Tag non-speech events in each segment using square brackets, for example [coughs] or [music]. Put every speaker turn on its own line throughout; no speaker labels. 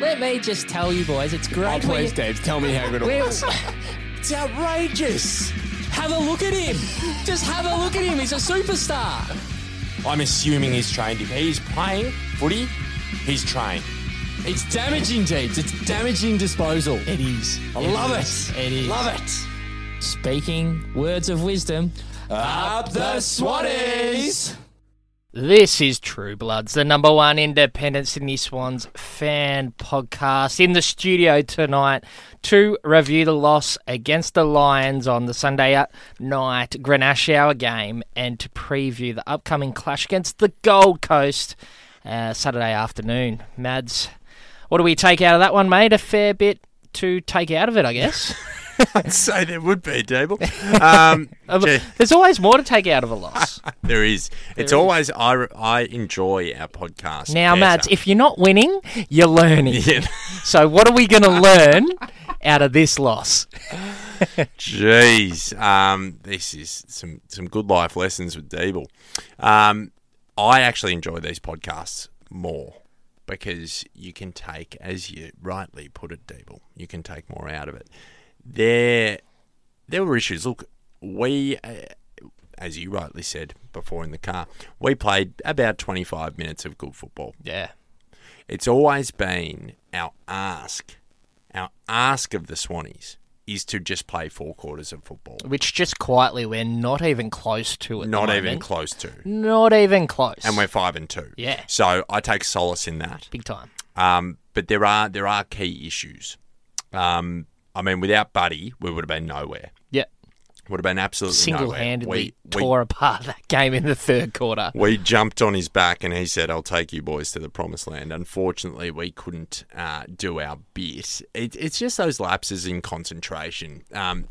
Let me just tell you, boys, it's great.
Oh,
when
please,
you-
Dave, tell me how good it
Where- [laughs]
was. It's outrageous.
Have a look at him. Just have a look at him. He's a superstar.
I'm assuming he's trained. If he's playing footy, he's trained.
It's damaging, Jeeves. It's damaging disposal.
It is.
I love it.
It is.
Love it.
Speaking words of wisdom.
Up the Swatties.
This is True Bloods, the number one independent Sydney Swans fan podcast in the studio tonight to review the loss against the Lions on the Sunday night Grenache Hour game and to preview the upcoming clash against the Gold Coast uh, Saturday afternoon. Mads, what do we take out of that one, mate? A fair bit to take out of it, I guess.
[laughs] I'd say there would be, Dable. Um, gee,
There's always more to take out of a loss.
there is. It's always, I, I enjoy our podcast.
Now,
Yes,
Mads,
I-
if you're not winning, you're [laughs] learning.
Yeah.
So, what are we going to learn out of this loss?
Jeez, um, this is some some good life lessons with Deeble. Um, I actually enjoy these podcasts more because you can take, as you rightly put it, Deeble, you can take more out of it. There, there were issues. Look, we, uh, as you rightly said before in the car, we played about twenty five minutes of good football.
Yeah.
It's always been our ask, our ask of the Swannies is to just play four quarters of football.
[laughs] Which, just quietly, we're not even close to it.
Not even close to.
Not even close.
And we're five and two.
Yeah.
So I take solace in that.
big time.
Um, but there are there are key issues. Um, I mean, without Buddy, we would have been nowhere.
Yeah.
Would have been absolutely
Single
nowhere.
handedly
We- we
tore apart that game in the third quarter.
We jumped on his back and he said, I'll take you boys to the promised land. Unfortunately, we couldn't uh, do our bit. It, it's just those lapses in concentration. Um,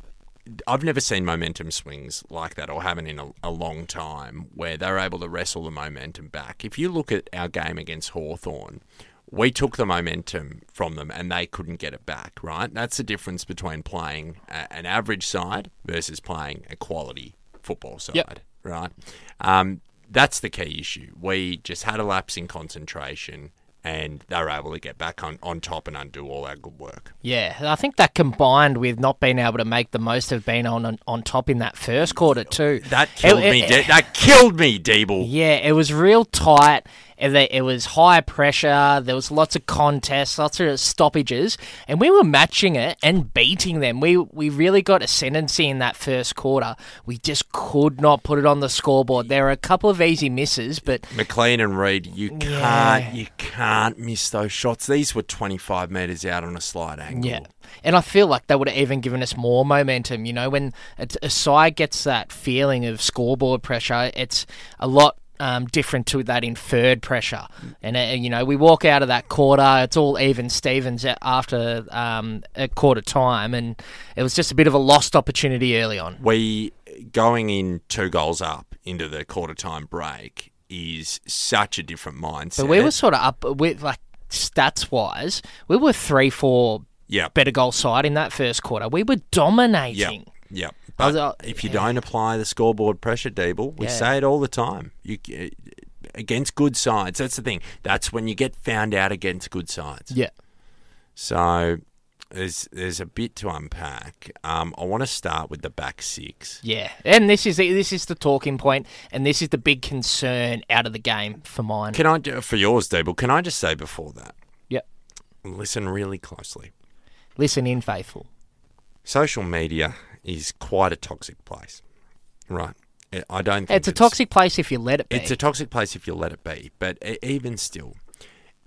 I've never seen momentum swings like that or haven't in a, a long time where they're able to wrestle the momentum back. If you look at our game against Hawthorn, we took the momentum from them and they couldn't get it back, right? That's the difference between playing a, an average side versus playing a quality football side,
Yep.
right? Um, that's the key issue. We just had a lapse in concentration and they were able to get back on, on top and undo all our good work.
Yeah. I think that combined with not being able to make the most of being on on, on top in that first quarter, too.
That killed
It-
me.
it-
De- that killed me, Deeble.
Yeah, it was real tight. and they- It was high pressure. There was lots of contests, lots of stoppages, and we were matching it and beating them. We we really got ascendancy in that first quarter. We just could not put it on the scoreboard. There were a couple of easy misses, but
McLean and Reed, you can't
Yeah.
you can't miss those shots. These were twenty five meters out on a slight angle.
Yeah. And I feel like they would have even given us more momentum. You know, when a, a side gets that feeling of scoreboard pressure, it's a lot um, different to that inferred pressure.
Mm.
And, uh, you know, we walk out of that quarter, it's all even Stevens a- after um, a quarter time. And it was just a bit of a lost opportunity early on.
We going in two goals up into the quarter time break is such a different mindset.
But we were sort of up with, like, stats wise, we were 3 4
yeah,
better goal side in that first quarter. We were dominating.
yeah, yeah.
I was,
But
uh,
if you don't apply the scoreboard pressure, Deeble, we
Yeah.
say it all the time. You uh, against good sides. That's the thing. That's when you get found out against good sides.
Yeah.
So there's there's a bit to unpack. Um, I want to start with the back six.
Yeah, and this is the, this is the talking point, and this is the big concern out of the game for mine.
Can I do for yours, Dable? Can I just say before that?
Yep.
Listen really closely.
Listen in, faithful.
Social media is quite a toxic place, right? I- I don't. Think
It's a toxic place if you let it be.
It's a toxic place if you let it be. But e- even still,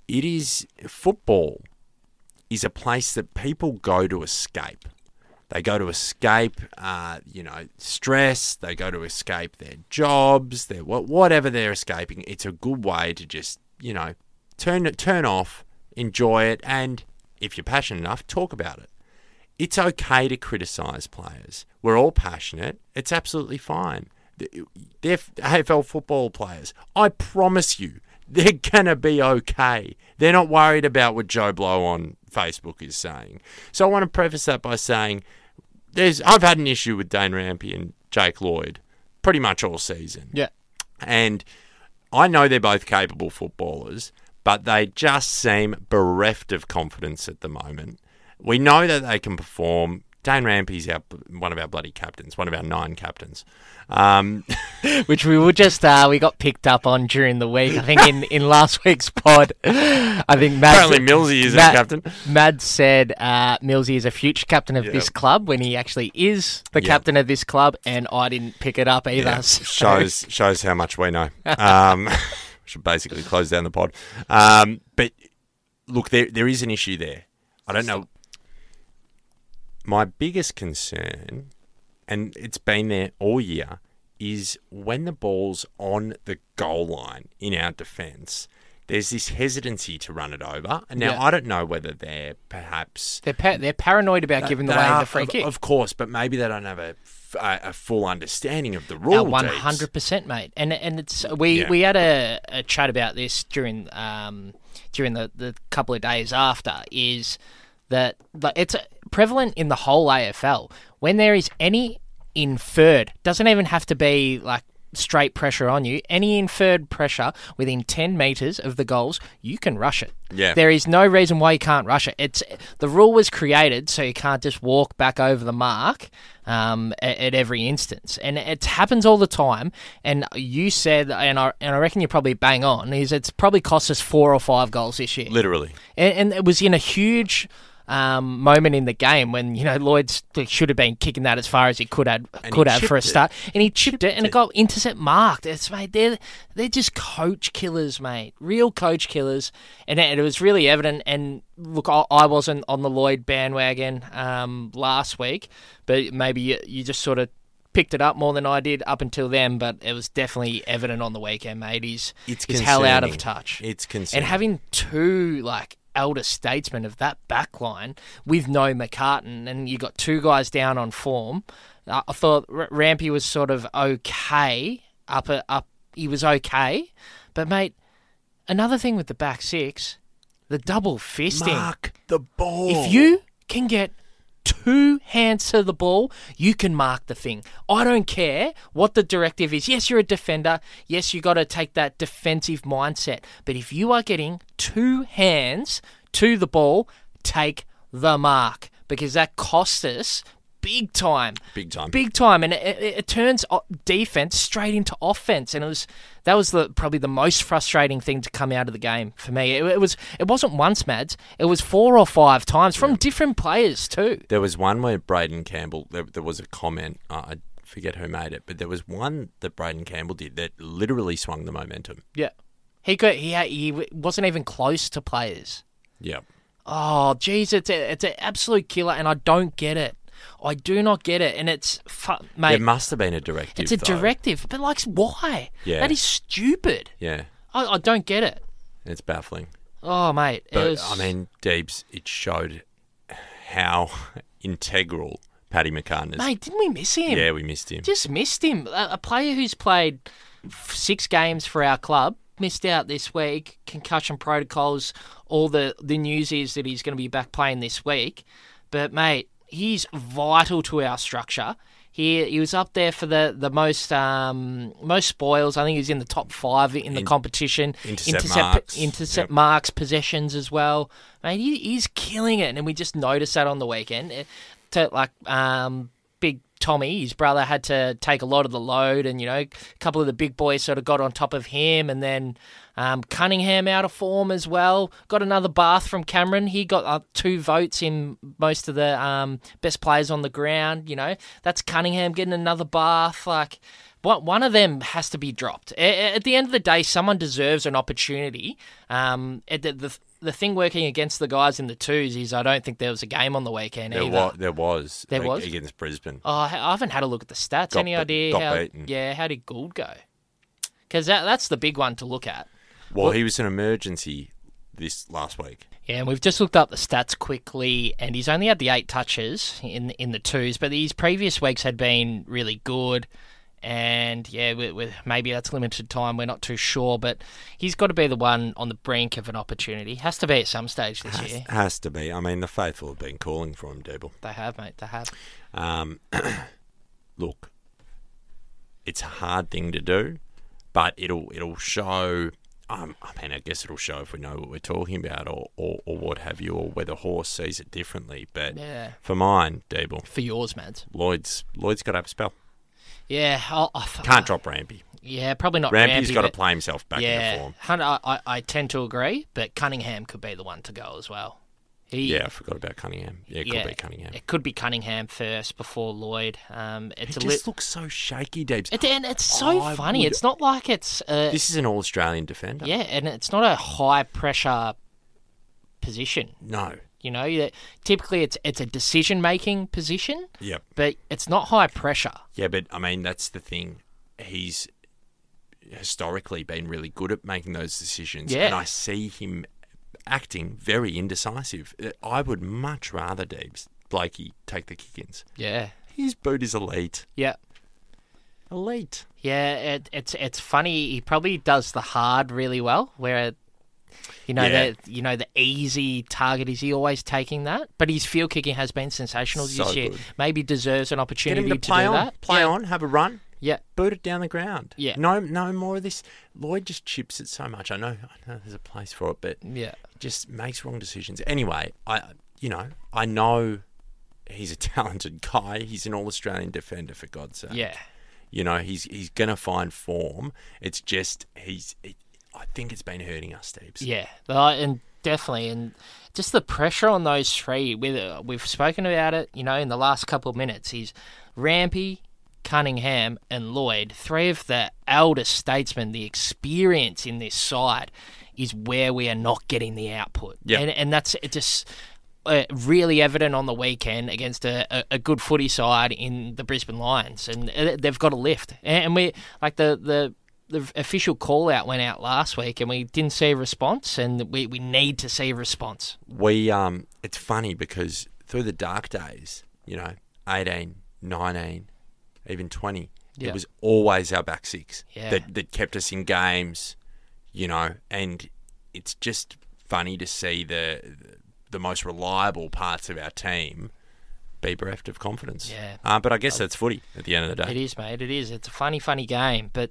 it is football is a place that people go to escape. They go to escape, uh, you know, stress. They go to escape their jobs, their wha- whatever they're escaping. It's a good way to just, you know, turn it, turn off, enjoy it, and if you're passionate enough, talk about it. It's okay to criticise players. We're all passionate. It's absolutely fine. Th- They're f- AFL football players. I promise you, they're [laughs] going to be okay. They're not worried about what Joe Blow on Facebook is saying. So I want to preface that by saying there's I've had an issue with Dane Rampy and Jake Lloyd pretty much all season.
yeah,
And I know they're both capable footballers, but they just seem bereft of confidence at the moment. We know that they can perform. Dane Rampy's our, one of our bloody captains, one of our nine captains. Um,
[laughs]
[laughs]
which we were just uh, we got picked up on during the week. I think in,
[laughs]
in last week's pod, I think Matt,
apparently, Millsy is our
Matt-
captain.
Mad said uh, Millsy is a future captain of
Yeah.
this club when he actually is the
Yeah.
captain of this club, and I didn't pick it up either. [laughs]
Yeah,
so-
shows shows how much we know. Um, [laughs] should basically close down the pod. Um, but look, there there is an issue there. I don't know. My biggest concern, and it's been there all year, is when the ball's on the goal line in our defence. There's this hesitancy to run it over. And now
Yeah.
I don't know whether they're perhaps
They're pa- they're paranoid about giving
they
away
are,
the free
of,
kick.
of course, but maybe they don't have a, f- a- a full understanding of the
Uh,
rule.
One
Deeds.
hundred percent, mate. And and it's we
Yeah.
we had a, a chat about this during um during the, the couple of days after is that like, it's uh, prevalent in the whole AFL when there is any inferred doesn't even have to be like straight pressure on you any inferred pressure within 10 meters of the goals you can rush it
Yeah.
there is no reason why you can't rush it it's the rule was created so you can't just walk back over the mark um, at, at every instance and it happens all the time and you said and I, and I reckon you're probably bang on is it's probably cost us four or five goals this year
Literally.
and, and it was in a huge um, moment in the game when you know Lloyd should have been kicking that as far as he could have
And
could
he
have for a
chipped it.
start, and he chipped, it, and it got intercept marked. It's mate, they're they're just coach killers, mate, real coach killers, and it, it was really evident. And look, I, I wasn't on the Lloyd bandwagon um, last week, but maybe you, you just sort of. Picked it up more than I did up until then, but it was definitely evident on the weekend, mate. He's,
It's
he's hell out of
concerning.
touch.
It's concerning.
And having two like elder statesmen of that back line with no McCartan, and you got two guys down on form. I I thought R- Rampy was sort of okay up a, up. He was okay, but mate, another thing with the back six, the double fisting.
Mark the ball.
If you can get two hands to the ball, you can mark the thing. I don't care what the directive is. Yes, you're a defender. Yes, you got to take that defensive mindset. But if you are getting two hands to the ball, take the mark because that costs us big time.
Big time.
Big time, and it, it, it turns o- defense straight into offense, and it was that was the probably the most frustrating thing to come out of the game for me. It, it was it wasn't once Mads, it was four or five times from different players too.
There was one where Braden Campbell, there, there was a comment, uh, I forget who made it, but there was one that Braden Campbell did that literally swung the momentum.
Yeah, he could he had, he w- wasn't even close to players.
Yeah.
Oh, geez, it's a, it's an absolute killer, and I don't get it. I do not get it, and it's fu- mate,
It must have been a directive.
it's a
though.
directive, but like, why?
Yeah.
that is stupid.
Yeah.
I, I don't get it.
It's baffling.
Oh, mate, it
But
was-
I mean, Deebs, it showed how [laughs] integral Paddy McCartan is.
Mate, didn't we miss him?
yeah, we missed him.
Just missed him. A, a player who's played f- six games for our club missed out this week. Concussion protocols. All the the news is that he's going to be back playing this week. But mate, he's vital to our structure. He he was up there for the the most um, most spoils. I think he was in the top five in the competition.
intercept marks.
intercept
Yep.
marks, possessions as well. Mate, he, he's killing it, and we just noticed that on the weekend. It- to like um, big Tommy, his brother had to take a lot of the load, and you know, a couple of the big boys sort of got on top of him, and then um, Cunningham out of form as well. Got another bath from Cameron. He got uh, two votes in most of the um, best players on the ground. You know, that's Cunningham getting another bath. Like. One one of them has to be dropped. A- a- At the end of the day, someone deserves an opportunity. Um, at the, the the thing working against the guys in the twos is I don't think there was a game on the weekend
There,
either.
wa- there was.
There
ag-
was?
Against Brisbane.
Oh, I I haven't had a look at the stats.
Got
Any
be-
idea
got
how?
beaten.
Yeah, how did Gould go? Because that, that's the big one to look at.
Well, he was an emergency this last week.
Yeah, and we've just looked up the stats quickly, and he's only had the eight touches in in the twos, but his previous weeks had been really good. And yeah, with, with maybe that's limited time. We're not too sure, but he's got to be the one on the brink of an opportunity. Has to be at some stage this year.
Has to be. I mean, the faithful have been calling for him, Debel.
They have, mate. They have.
Um, [coughs] look, it's a hard thing to do, but it'll it'll show um, I mean, I guess it'll show if we know what we're talking about or, or, or what have you, or whether Horse sees it differently. But
Yeah.
for mine, Deeble,
For yours, Mads.
Lloyd's Lloyd's got to have a spell.
Yeah, I'll, I
Can't drop Rampy.
Yeah, probably not.
Rampy's
Rampy,
got to
but-
play himself back
yeah,
into form.
Hun- I, I, I tend to agree, but Cunningham could be the one to go as well. He,
Yeah, I forgot about Cunningham. Yeah, it could be Cunningham.
It could be Cunningham first before Lloyd. Um, it's
It
a li-
just looks so shaky, Deebs.
it, and it's so
I
funny.
would-
It's not like it's uh,
This is an all Australian defender.
yeah, and it's not a high pressure position.
No.
You know, that typically it's it's a decision making position,
Yep.
but it's not high pressure.
Yeah, but I mean that's the thing. He's historically been really good at making those decisions,
Yeah.
and I see him acting very indecisive. I would much rather Deebs Blakey take the kick-ins.
Yeah,
His boot is elite,
yeah.
elite.
Yeah, it, it's it's funny. He probably does the hard really well, where you know
Yeah.
the you know the easy target is he always taking that, but his field kicking has been sensational
So
this year.
good.
Maybe deserves an opportunity
Get him to play
do
on,
that.
play
yeah.
on, have a run,
Yeah,
boot it down the ground.
Yeah.
No, no more of this. Lloyd just chips it so much. I know, I know there's a place for it, but
yeah,
just makes wrong decisions. Anyway, I you know I know he's a [laughs] talented guy. He's an all Australian defender for God's sake.
yeah.
You know he's he's gonna find form. It's just he's. It, I think it's been hurting us, Steves.
Yeah, uh, and definitely, and just the pressure on those three. With uh, we've spoken about it, you know, in the last couple of minutes, is Rampy, Cunningham, and Lloyd. Three of the elder statesmen. The experience in this side is where we are not getting the output.
Yeah.
and and that's it just. Uh, really evident on the weekend against a, a, a good footy side in the Brisbane Lions, and uh, they've got a lift. And, and we like the the the official call out went out last week, and we didn't see a response, and we, we need to see a response.
We um. It's funny because through the dark days, you know, 18, 19, even twenty,
Yeah.
it was always our back six
Yeah.
that that kept us in games. You know, and it's just funny to see the the most reliable parts of our team be bereft of confidence.
Yeah.
Uh, but I guess that's footy at the end of the
It
day.
is, mate. It is. It's a funny, funny game. But,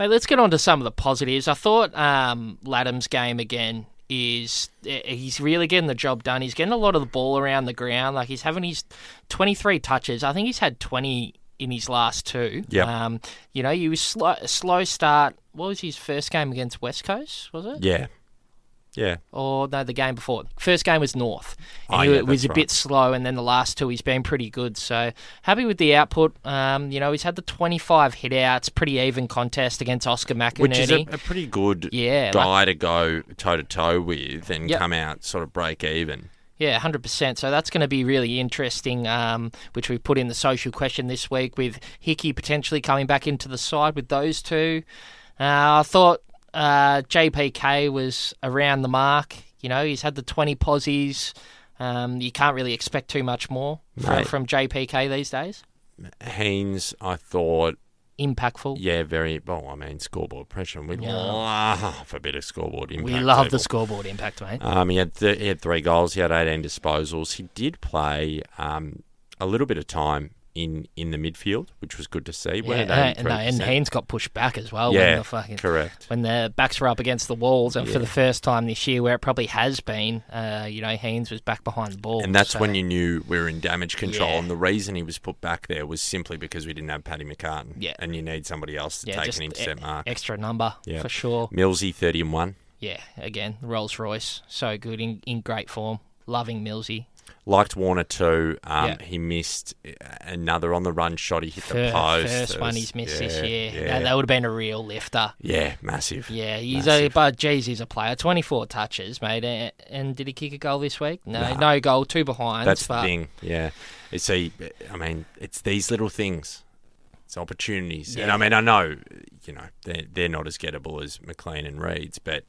mate, let's get on to some of the positives. I thought um, Ladham's game again is eh, he's really getting the job done. He's getting a lot of the ball around the ground. Like he's having his 23 touches. I think he's had 20 in his last two.
Yep.
Um, you know, he was slow, slow start. What was his first game against West Coast? Was it?
Yeah. Yeah.
or no, the game before. First game was North. And
Oh,
he
yeah,
it was a
that's
bit
right.
slow, and then the last two he's been pretty good. So happy with the output. Um, you know, he's had the 25 hit outs, pretty even contest against Oscar McInerney.
Which is a, a pretty good
Yeah, like-
guy to go toe to toe with and
Yep.
come out sort of break even.
Yeah, hundred percent. So that's going to be really interesting, um, which we put in the social question this week with Hickey potentially coming back into the side with those two. Uh, I thought uh, JPK was around the mark. You know, he's had the twenty posies. Um, you can't really expect too much more from,
Mate.
from JPK these days.
Haynes, I thought,
Impactful.
yeah, very well. I mean, scoreboard pressure. and We love a bit of scoreboard impact.
we love the
people.
scoreboard impact, mate.
Um, he had th- he had three goals. He had eighteen disposals. He did play um, a little bit of time in in the midfield, which was good to see.
Yeah,
When
and, and, and Haynes got pushed back as well. when
Yeah,
the fucking,
correct.
When the backs were up against the walls, and for the first time this year, where it probably has been, uh, you know, Haynes was back behind the ball.
And that's
so-
when you knew we were in damage control.
Yeah.
And the reason he was put back there was simply because we didn't have Paddy McCartan.
Yeah.
And you need somebody else to
yeah,
take
just
an
e-
intercept mark.
extra number
Yeah.
for sure.
Millsy, 30 and 1.
Yeah, again, Rolls Royce, so good in, in great form. Loving Millsy.
Liked Warner too. Um,
Yeah.
He missed uh, another on the run shot. He hit
Fir-
the post.
first
That
one
was-
he's missed this
yeah,
year.
Yeah,
That, that would have been a real lifter.
Yeah, massive.
Yeah, he's a
Massive.
but geez, he's a player. Twenty four touches, mate. And, and did he kick a goal this week? No, no goal, two behinds.
That's
but
the thing. Yeah. You see, I mean, it's these little things. It's opportunities. And I mean, I know, you know, they're, they're not as gettable as McLean and Reeds, but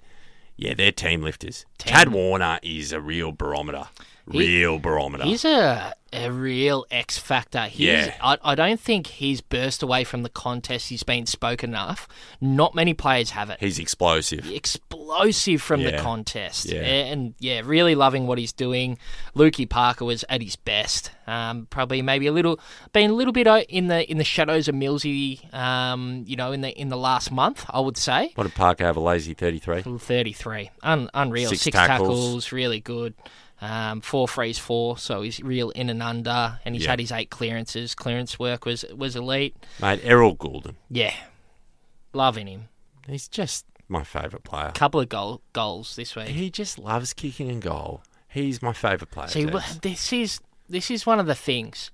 yeah, they're team lifters. Tad Warner is a real barometer. Real barometer.
He's a, a real X factor. He's,
Yeah.
I, I don't think he's burst away from the contest. He's been spoken enough. Not many players have it.
He's explosive.
Explosive from the
Yeah.
contest.
Yeah.
And yeah, really loving what he's doing. Lukey Parker was at his best. Um, probably maybe a little been a little bit o- in the in the shadows of Millsy um, you know, in the in the last month, I would say.
What did Parker have? A lazy 33?
33. Un- unreal.
Six
Six,
tackles.
tackles. really good. Um, four frees, four. So he's real in and under, and he's
Yeah.
had his eight clearances. Clearance work was was elite.
Mate, Errol Goulden.
Yeah, loving him.
He's just my favourite player.
Couple of goal goals this week.
He just loves kicking and goal. He's my favourite player.
See,
James.
wh- this is this is one of the things.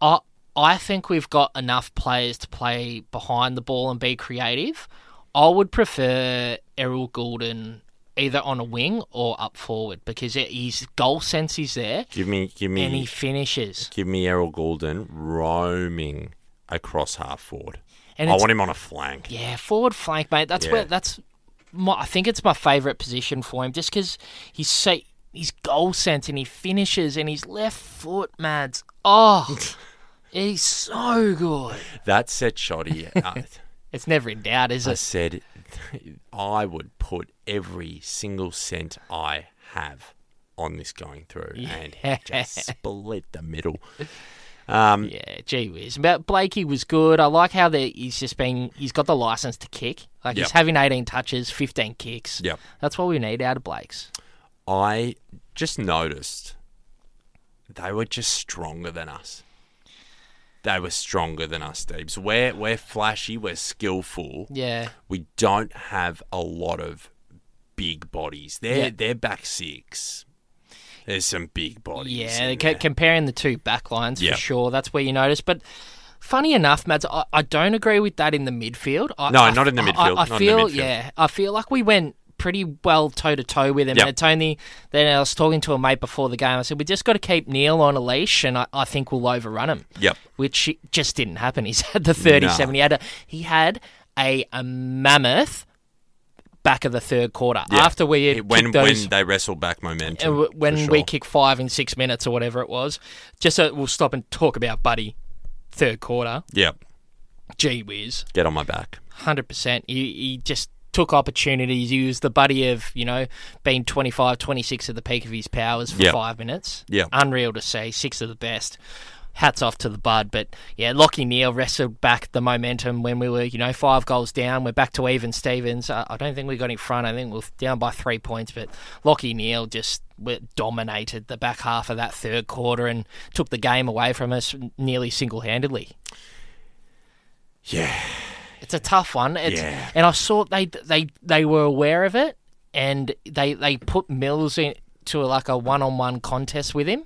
I I think we've got enough players to play behind the ball and be creative. I would prefer Errol Goulden either on a wing or up forward because it, his goal sense is there.
give me, give me,
and he finishes.
give me Errol Goulden roaming across half forward.
And
I
it's-
want him on a flank.
Yeah, forward flank, mate. That's
Yeah.
where that's. My, I think it's my favourite position for him, just because he's so he's goal sense and he finishes and his left foot, Mads.
[laughs]
Oh, he's so good.
That set shot he,
[laughs]
uh,
It's never in doubt, is
I
it?
said, I would put every single cent I have on this going through, and he
[laughs]
just split the middle. Um,
Yeah, gee whiz. But Blakey was good. I like how that he's just been. He's got the license to kick. Like
Yep.
he's having 18 touches, 15 kicks.
Yep.
That's what we need out of Blake's.
I just noticed they were just stronger than us. They were stronger than us, Deebs. We're we're flashy, we're skillful.
Yeah.
We don't have a lot of big bodies. They're
Yeah.
they're back six. There's some big bodies.
Yeah,
in
c-
there.
comparing the two back lines
Yeah.
for sure. That's where you notice. But funny enough, Mads, I, I don't agree with that in the midfield. I,
No,
I-
not in the
I-
midfield,
I, I
not in the
feel,
midfield.
yeah, I feel like we went pretty well toe to toe with him.
Yep.
And it's only then I was talking to a mate before the game. I said we just got to keep Neil on a leash, and I, I think we'll overrun him.
Yep.
which it just didn't happen. He's had the thirty-seven. He had a he had a, a mammoth. Back of the third quarter,
Yeah.
after we had
It- when
kicked those
when they wrestle back momentum.
and w- when
for
we
sure.
kick five in six minutes or whatever it was, just so we'll stop and talk about Buddy. Third quarter,
Yep.
gee whiz,
Get on my back.
hundred percent. He, he just took opportunities. He was the buddy of you know being 25, 26 at the peak of his powers for
Yep.
five minutes.
Yep.
unreal to see. Six of the best. Hats off to the bud, but yeah, Lockie Neal wrestled back the momentum when we were, you know, five goals down. We're back to even Stevens. I, I don't think we got in front. I think we we're down by three points, but Lockie Neal just w- dominated the back half of that third quarter and took the game away from us nearly single handedly.
Yeah.
It's a tough one. It's,
Yeah.
And I saw they they they were aware of it, and they they put Mills in to like a one on one contest with him.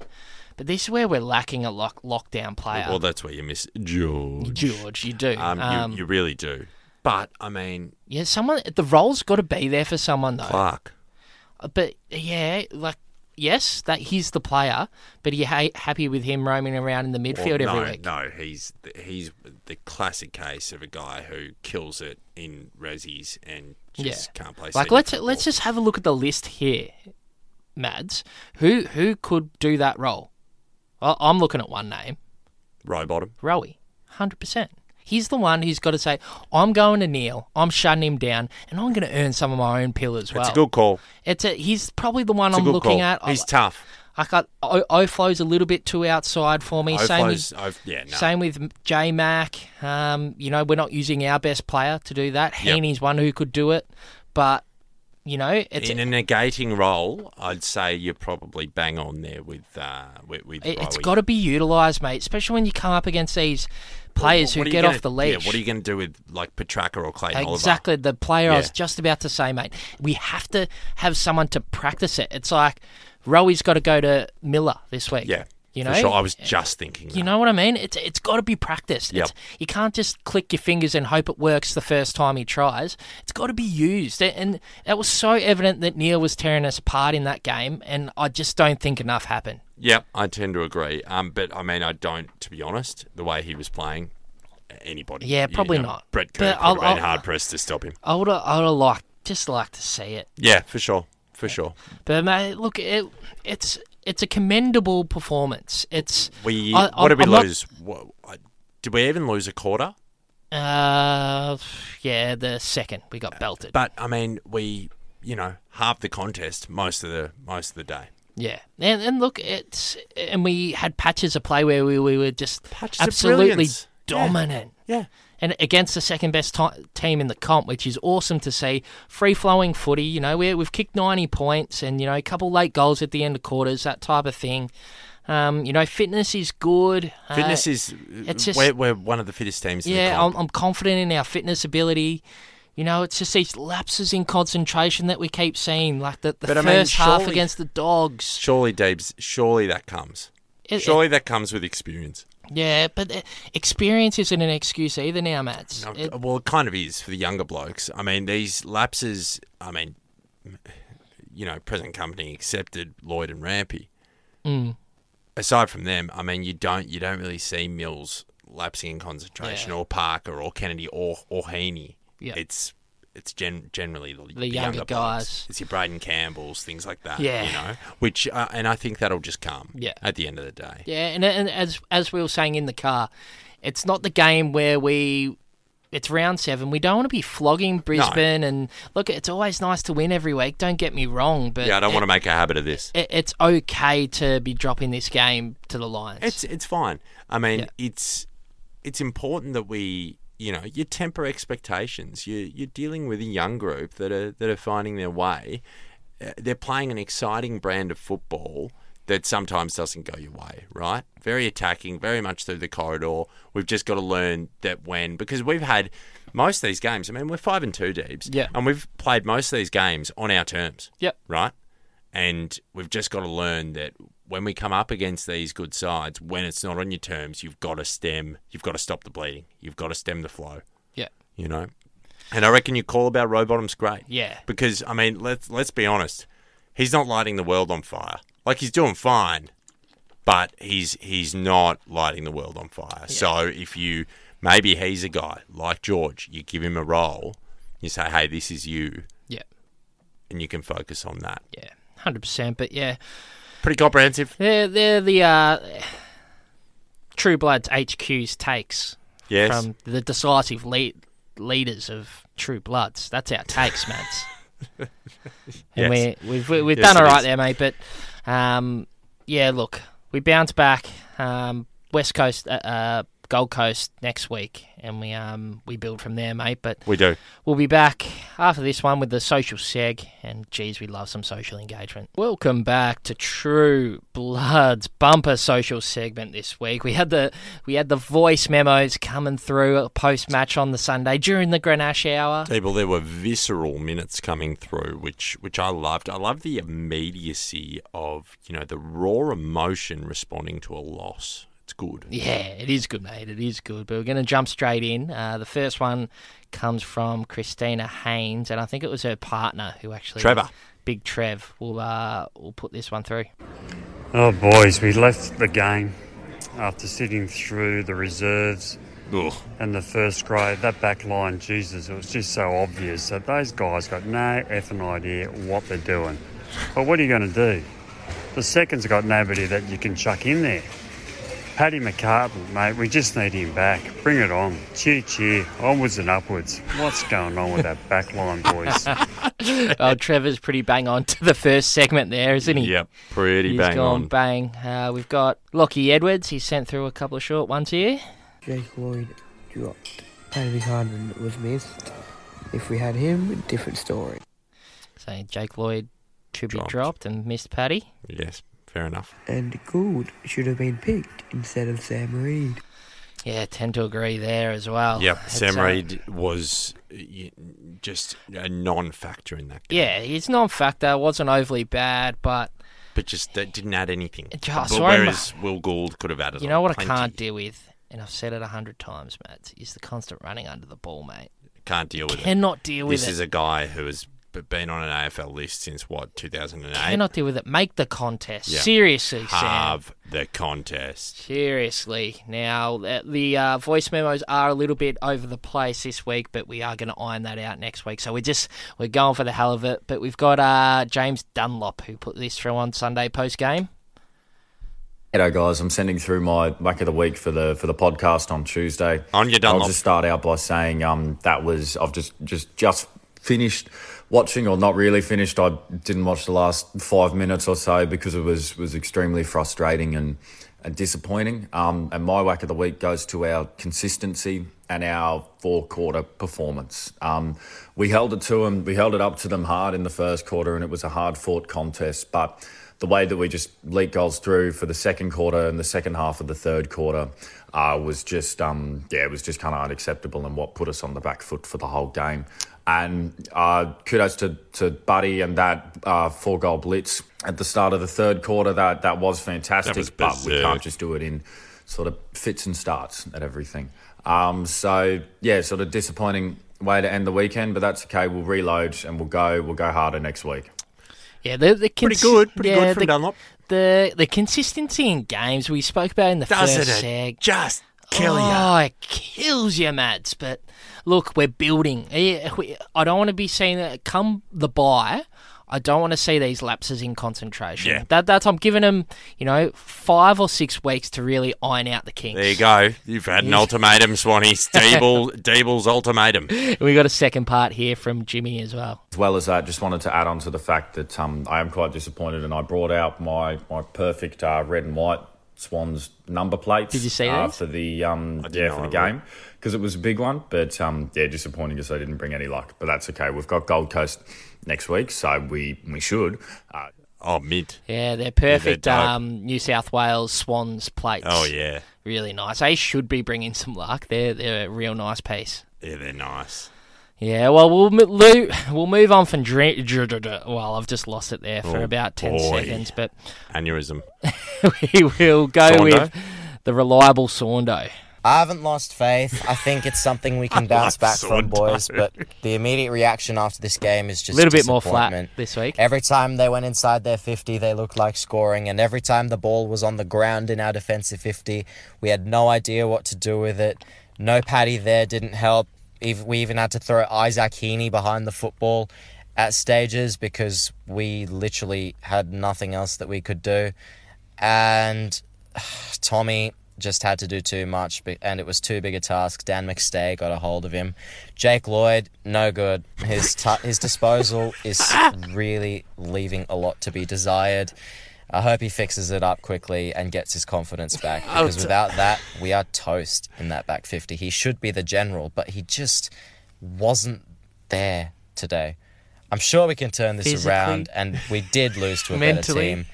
But this is where we're lacking a lock, lockdown player.
Well, that's where you miss George.
George, you do.
Um, you, you really do. But I mean,
yeah, someone. The role's got to be there for someone though.
Clark.
But yeah, like yes, that he's the player. But are you ha- happy with him roaming around in the midfield
Well,
every
no,
week?
No, he's he's the classic case of a guy who kills it in resis and just can't play.
Like
senior
let's
football.
let's just have a look at the list here, Mads. Who who could do that role? Well, I'm looking at one name,
row bottom.
Rowie, hundred percent. He's the one who's got to say, "I'm going to kneel. I'm shutting him down, and I'm going to earn some of my own pill as well."
It's a good call.
It's a, he's probably the one
It's
I'm
a good
looking
call.
at. I-
He's tough.
I got O- Oflo's a little bit too outside for me. Same
Oflo's-
with
Of, yeah, no.
same with J Mac. Um, you know, we're not using our best player to do that.
Yep.
Heaney's one who could do it, but you know, it's
In a negating role, I'd say you're probably bang on there with uh, with, with
It, it's
Rowie.
got to be utilised, mate, especially when you come up against these players
What
who
are you
get
gonna-
off the leash.
Yeah, what are you going to do with like Petraka or Clayton
exactly the player I was
Yeah.
just about to say, mate. We have to have someone to practice it. It's like Rowie's got to go to Miller this week.
Oliver? Yeah,
you
for
know,
sure. I was just thinking.
you
that.
know what I mean. It's it's got to be practiced.
Yep.
It's, you can't just click your fingers and hope it works the first time he tries. It's got to be used, A- and that was so evident that Neil was tearing us apart in that game, and I just don't think enough happened.
Yep, I tend to agree. Um, but I mean, I don't. To be honest, the way he was playing, anybody.
Yeah,
you
probably
know,
not.
Brett
But
Kirk would
I'll-
have been
I'll-
hard pressed to stop him.
I would I would have liked just like to see it.
Yeah, for sure, for sure.
But mate, look, it, it's it's a commendable performance. It's
We
I-
what did we
I'm not-
lose? Wha- I- did we even lose a quarter?
uh, yeah, the second we got belted.
But I mean, we you know half the contest most of the most of the day.
Yeah, and and look, it's and we had patches of play where we, we were just
Patches of
absolutely
brilliance. Yeah.
dominant.
Yeah,
And against the second best ti team in the comp, which is awesome to see. Free flowing footy, you know, we're, we've kicked 90 points and, you know, a couple late goals at the end of quarters, that type of thing. Um, you know, fitness is good. Uh,
fitness is.
it's just-
we're, we're one of the fittest teams. in the
Yeah, um, I'm,
comp.
I'm confident in our fitness ability. You know, it's just these lapses in concentration that we keep seeing, like the, the
But I
first
mean,
half
surely-
against the Dogs.
surely, Deebs. Surely that comes.
It- it-
Surely that comes with experience.
Yeah, but uh, experience isn't an excuse either now, Matt.
No, well, it kind of is for the younger blokes. I mean, these lapses. I mean, you know, present company accepted Lloyd and Rampy.
Mm.
Aside from them, I mean, you don't you don't really see Mills lapsing in concentration,
Yeah.
or Parker, or Kennedy, or or Heaney.
Yeah.
it's it's gen- generally the, the
younger
younger blokes.
guys.
It's your Braden Campbells, things like that.
Yeah.
you know, which uh, and I think that'll just come.
Yeah.
at the end of the day.
yeah, and, and as as we were saying in the car, it's not the game where we. It's round seven. We don't want to be flogging Brisbane, and look, it's always nice to win every week. Don't get me wrong, but
Yeah, I don't want to make a habit of this.
It, it's okay to be dropping this game to the Lions.
It's it's fine. I mean, it's it's important that we you know you temper expectations. You you're dealing with a young group that are that are finding their way. Uh, They're playing an exciting brand of football that sometimes doesn't go your way, right? Very attacking, very much through the corridor. We've just got to learn that when because we've had most of these games. I mean, we're five and two deeps,
Yeah.
and we've played most of these games on our terms
yep.
right? And we've just got to learn that when we come up against these good sides, when it's not on your terms, you've got to stem, you've got to stop the bleeding, you've got to stem the flow,
Yeah.
you know. And I reckon your call about Rowbottom's great,
Yeah.
because I mean, let's let's be honest, he's not lighting the world on fire. Like he's doing fine, but he's he's not lighting the world on fire. So if you maybe he's a guy like George, you give him a role, you say, hey, this is you,
Yeah.
and you can focus on that.
Yeah. Hundred percent. But yeah,
Pretty comprehensive.
they're they're the uh, True Blood's HQ's takes.
Yes.
from the decisive lead, leaders of True Bloods. That's our takes,
[laughs]
mates. and
Yes.
we're, we've we- we've
Yes,
done all
it
right
is.
there, mate. But um, yeah, look, we bounce back um, West Coast, uh, uh, Gold Coast next week, and we um, we build from there, mate. But
we do.
We'll be back after this one with the social seg, and geez, we love some social engagement. Welcome back to True Blood's bumper social segment this week. We had the we had the voice memos coming through post match on the Sunday during the Grenache hour.
People, there were visceral minutes coming through, which which I loved. I love the immediacy of you know the raw emotion responding to a loss. It's good.
Yeah, it is good, mate. It is good. But we're going to jump straight in. Uh, the first one comes from Christina Haynes, and I think it was her partner who actually
Trevor.
Big Trev. We'll uh, we'll put this one through.
Oh, boys, we left the game after sitting through the reserves and the first grade. That back line, Jesus, it was just so obvious that those guys got no effing idea what they're doing. But what are you going to do? The second's got nobody that you can chuck in there. Paddy McCartan, mate, we just need him back. Bring it on. Cheer, cheer. Onwards and upwards. What's going on with that back line, boys?
[laughs] Well, Trevor's pretty bang on to the first segment there, isn't he?
Yep, pretty
He's
bang
gone
on.
bang. Uh, we've got Lockie Edwards. He sent through a couple of short ones here.
[laughs] Jake Lloyd dropped. Harvey Harden was missed. If we had him, different story.
So Jake Lloyd should be
Dropped.
dropped and missed Paddy.
yes, fair enough.
And Gould should have been picked instead of Sam Reed.
Yeah, tend to agree there as well.
Yep,
It's,
Sam
uh,
Reid was uh, y- just a non-factor in that game,
Yeah, he's non-factor. wasn't overly bad, but
but just that didn't add anything.
It just-
But
so I
whereas Will Gould could have added.
you know
on
what
plenty.
I can't deal with, and I've said it a hundred times, Matt, is the constant running under the ball, mate.
Can't deal with it.
Cannot deal with
This
it.
is a guy who has b- been on an AFL list since what 2008.
Cannot deal with it. Make the contest
Yeah.
seriously, Sam.
have the contest.
Seriously. Now, the, the uh, voice memos are a little bit over the place this week, but we are going to iron that out next week. So we're just we're going for the hell of it. But we've got uh, James Dunlop who put this through on Sunday post game.
Hello guys, I'm sending through my whack of the week for the for the podcast on Tuesday.
On your Dunlop.
I'll just start out by saying um, that was I've just just just finished watching or not really finished. I didn't watch the last five minutes or so because it was was extremely frustrating and and uh, disappointing. Um, and my whack of the week goes to our consistency and our four quarter performance. Um, we held it to them, we held it up to them hard in the first quarter, and it was a hard fought contest. But the way that we just leaked goals through for the second quarter and the second half of the third quarter uh, was just, um, yeah, it was just kind of unacceptable and what put us on the back foot for the whole game. And uh, kudos to, to Buddy and that uh, four goal blitz at the start of the third quarter. That that was fantastic,
That was
but we
berserk.
can't just do it in sort of fits and starts at everything. Um, so yeah, sort of disappointing way to end the weekend, but that's okay. We'll reload and we'll go. We'll go harder next week.
Yeah, the, the
Pretty
consi-
good, pretty
yeah,
good from
the,
Dunlop.
The the consistency in games we spoke about in the
Doesn't
first
it
seg.
just kill ya?
oh, it kills you, Mads. But look, we're building. Eh, we- I don't want to be seeing that come the buy. I don't want to see these lapses in concentration.
Yeah.
That that's I'm giving them, you know, five or six weeks to really iron out the kinks.
There you go. You've had an ultimatum, Swannies. Deeble, Deeble's ultimatum.
[laughs] We got a second part here from Jimmy as well.
As well as that, just wanted to add on to the fact that um, I am quite disappointed, and I brought out my my perfect uh, red and white Swans number plates.
Did you see
uh,
these?
for the um,
didn't
yeah
know
for
I
the
brought-
game because it was a big one? But um, yeah, disappointing because I didn't bring any luck. But that's okay. We've got Gold Coast next week, so we we should. Uh,
Oh, mint.
Yeah, they're perfect.
dope.
um, New South Wales Swans plates.
Oh, yeah.
really nice. They should be bringing some luck. They're they're a real nice piece.
Yeah, they're nice.
Yeah, well, we'll mo- lo- [laughs] we'll move on from dream. Well, I've just lost it there for
Oh,
about ten
boy.
seconds, but [laughs]
Aneurysm.
we will go
Saundo?
with the reliable Saundo.
I haven't lost faith. I think it's something we can bounce back from, boys. But the immediate reaction after this game is
A
just
little bit more flat
disappointment.
this week.
Every time they went inside their 50, they looked like scoring. And every time the ball was on the ground in our defensive 50, we had no idea what to do with it. No Paddy there didn't help. Ev- We even had to throw Isaac Heaney behind the football at stages because we literally had nothing else that we could do. And [sighs] Tommy just had to do too much, be- and it was too big a task. Dan McStay got a hold of him. Jake Lloyd, no good. His tu his disposal is
[laughs]
really leaving a lot to be desired. I hope he fixes it up quickly and gets his confidence
[laughs]
back because without that, we are toast in that back 50. He should be the general, but he just wasn't there today. I'm sure we can turn this
Physically,
around, and we did lose to a better
mentally.
team.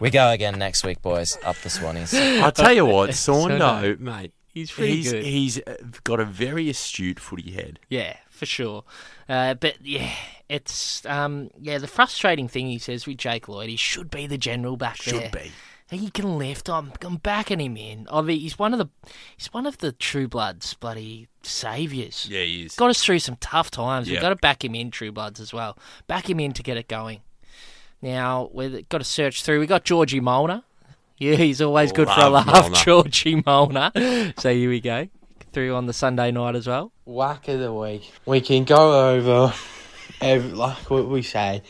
We go again next week, boys. Up the
[laughs]
Swannies.
I tell
[laughs]
you what, Saundo, mate.
He's pretty
he's,
good.
He's uh, got a very astute footy head.
Yeah, for sure. Uh, but yeah, it's um, yeah the frustrating thing he says with Jake Lloyd. He should be the general back there.
Should be.
He can lift. I'm, I'm backing him in. I mean, he's one of the he's one of the True Bloods bloody saviors.
Yeah, he is.
got us through some tough times. We've
Yeah.
got to back him in, True Bloods, as well. Back him in to get it going. Now, we've got to search through. We've got Georgie Molnar. Yeah, he's always good for a
Oh, Love
laugh,
Molnar.
[laughs] Georgie Molnar. So here we go. Through on the Sunday night as well.
Whack of the week. We can go over, ev like what we say,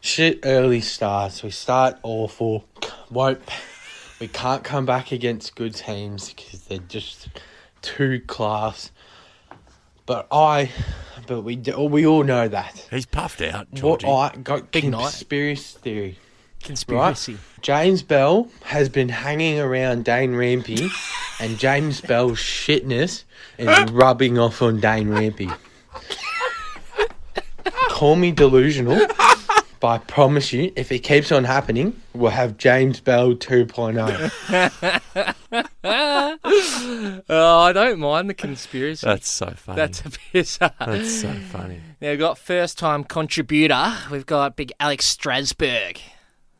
shit early starts. We start awful. Won't, we can't come back against good teams because they're just too class. But I, but we do, we all know that.
He's puffed out,
What
Georgie.
I got
Big night.
conspiracy theory.
Conspiracy.
James Bell has been hanging around Dane Rampy, and James Bell's shitness is rubbing off on Dane Rampy. Call me delusional, but I promise you, if it keeps on happening, we'll have James Bell 2.0.
Oh, I don't mind the conspiracy.
That's so funny.
That's
That's,
a [laughs] bizarre.
so funny.
Now we've got first time contributor. We've got big Alex Strasburg.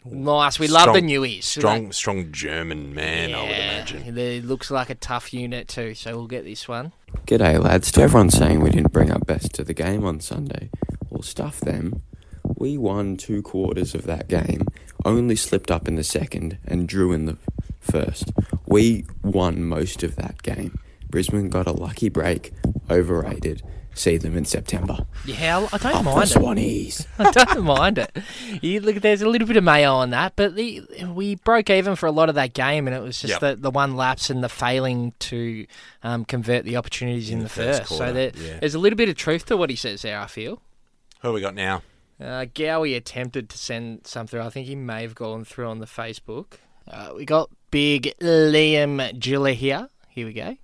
Nice. We love the
Strong-
newies.
Strong, strong German man, I would imagine.
It looks like a tough unit too, so we'll get this one.
G'day, lads. To everyone saying we didn't bring our best to the game on Sunday, well, stuff them. We won two quarters of that game, only slipped up in the second, and drew in the first. We won most of that game. Brisbane got a lucky break, overrated. See them in September.
Yeah, I I don't
Up the
mind
Swannies.
it. [laughs] I don't mind it. You look, there's a little bit of mayo on that, but the, we broke even for a lot of that game, and it was just
Yep.
the, the one lapse and the failing to um, convert the opportunities in, the, first. so
quarter,
there,
yeah.
there's a little bit of truth to what he says there. I feel.
Who we got now?
Uh, Gowie attempted to send some through. I think he may have gone through on the Facebook. Uh, we got big Liam Gilla here. Here we go.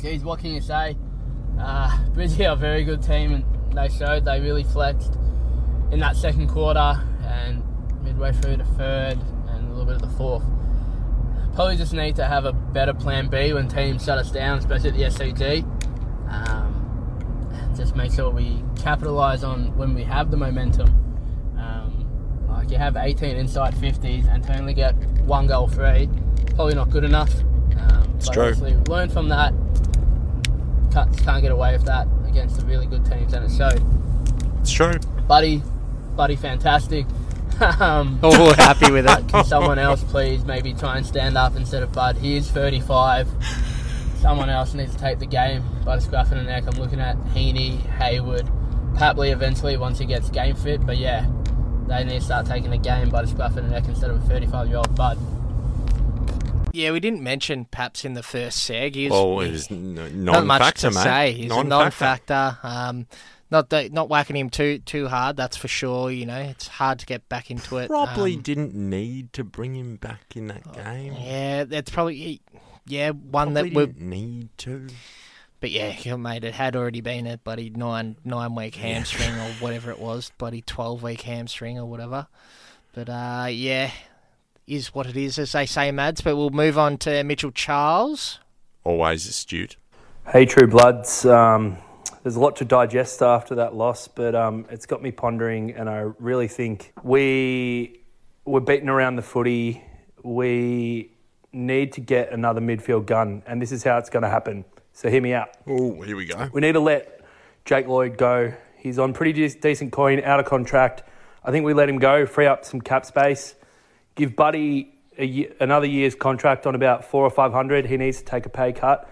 Geez, what can you say? Uh, [laughs] Brizzy are a very good team, and they showed they really flexed in that second quarter and midway through the third and a little bit of the fourth. Probably just need to have a better plan B when teams shut us down, especially at the SCG. Um, and just make sure we capitalise on when we have the momentum. Um, like you have 18 inside 50s and to only get one goal free, probably not good enough. Um,
It's
but
true.
Obviously, learn from that can't, can't get away with that against the really good teams, and it showed.
It's true.
Buddy, Buddy, fantastic. [laughs] um, [laughs]
Oh, happy with that.
Can someone else please maybe try and stand up instead of Bud? He is 35. Someone else needs to take the game by the scruff of the neck. I'm looking at Heaney, Hayward, Papley eventually once he gets game fit, but yeah, they need to start taking the game by the scruff of the neck instead of a 35 year old Bud.
Yeah, we didn't mention Paps in the first seg. He was,
Well, Oh, it was n-
not much to
non-factor, mate.
say. He's a
Non-factor.
non-factor. Um, not that, not whacking him too too hard. That's for sure. You know, it's hard to get back into it.
Probably
Um, Oh.
didn't need to bring him back in that game.
yeah, that's probably yeah one
Probably
that we
didn't need to.
But yeah, yeah, mate, it had already been a bloody nine nine week hamstring
[laughs]
or whatever it was, bloody twelve week hamstring or whatever. But uh, yeah, is what it is, as they say, Mads. But we'll move on to Mitchell Charles.
Always astute.
Hey, True Bloods. Um, there's a lot to digest after that loss, but um, it's got me pondering, and I really think we were beaten around the footy. We need to get another midfield gun, and this is how it's going to happen. So hear me out.
Oh, here we go.
We need to let Jake Lloyd go. He's on pretty de- decent coin, out of contract. I think we let him go, free up some cap space, give Buddy a ye- another year's contract on about four or five hundred. He needs to take a pay cut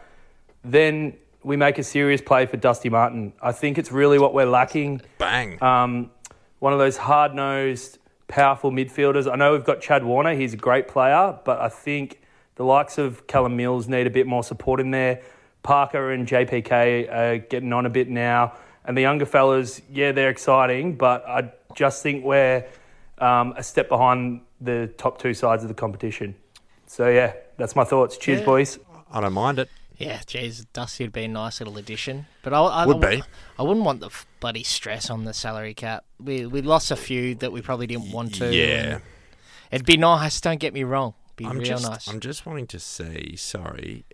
then we make a serious play for Dusty Martin. I think it's really what we're lacking.
Bang.
Um, one of those hard nosed, powerful midfielders. I know we've got Chad Warner, he's a great player, but I think the likes of Callum Mills need a bit more support in there. Parker and JPK are getting on a bit now. And the younger fellas, yeah, they're exciting, but I just think we're um, a step behind the top two sides of the competition. So, yeah, that's my thoughts. Cheers,
Yeah.
boys.
I don't mind it.
Yeah, geez, Dusty would be a nice little addition, but I, I
Would be.
I wouldn't want the f- bloody stress on the salary cap. We we lost a few that we probably didn't want to.
yeah.
and it'd be nice. Don't get me wrong. Be
I'm
real
just,
nice.
I'm just wanting to see. Sorry,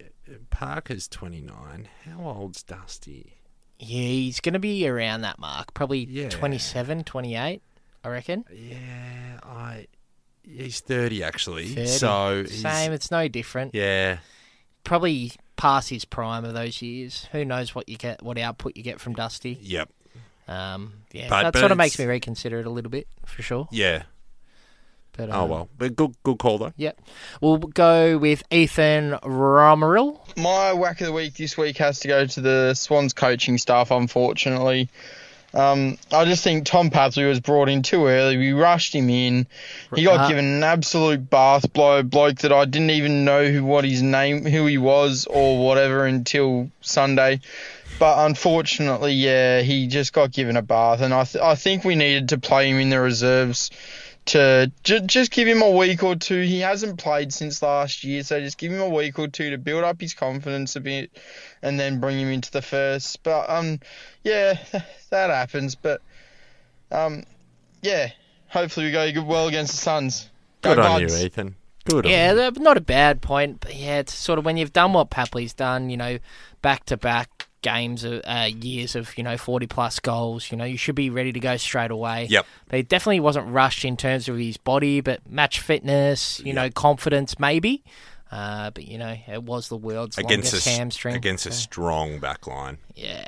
Parker's 29. How old's Dusty?
Yeah, he's going to be around that mark, probably
Yeah.
twenty-seven, twenty-eight, 27, 28, I reckon.
Yeah, I. He's 30 actually.
30.
So he's-
same, it's no different.
Yeah,
Probably past his prime of those years. Who knows what you get, what output you get from Dusty?
yep,
Um, yeah,
But-
that
but
sort of makes me
it's-
reconsider it a little bit for sure.
yeah.
But,
oh
um,
well, but good, good call though.
Yep. We'll go with Ethan Romerill.
My whack of the week this week has to go to the Swans coaching staff, unfortunately. Um, I just think Tom Papsley was brought in too early. We rushed him in. He got
Uh,
given an absolute bath blow, bloke that I didn't even know who what his name, who he was, or whatever until Sunday. But unfortunately, yeah, he just got given a bath, and I th- I think we needed to play him in the reserves to ju- just give him a week or two. He hasn't played since last year, so just give him a week or two to build up his confidence a bit, and then bring him into the first. But um, yeah, [laughs] that happens. But um, yeah, hopefully we go good well against the Suns. Go
Good on you,
Buds.
Ethan. Good on
yeah,
you.
they're not a bad point, but yeah, it's sort of when you've done what Papley's done, you know, back to back games, of, uh, years of you know forty plus goals, you know, you should be ready to go straight away.
Yep.
but he definitely wasn't rushed in terms of his body, but match fitness, you know, confidence maybe. Uh, but you know, it was the world's
Against a
longest
s-
hamstring.
against a strong back line.
Yeah.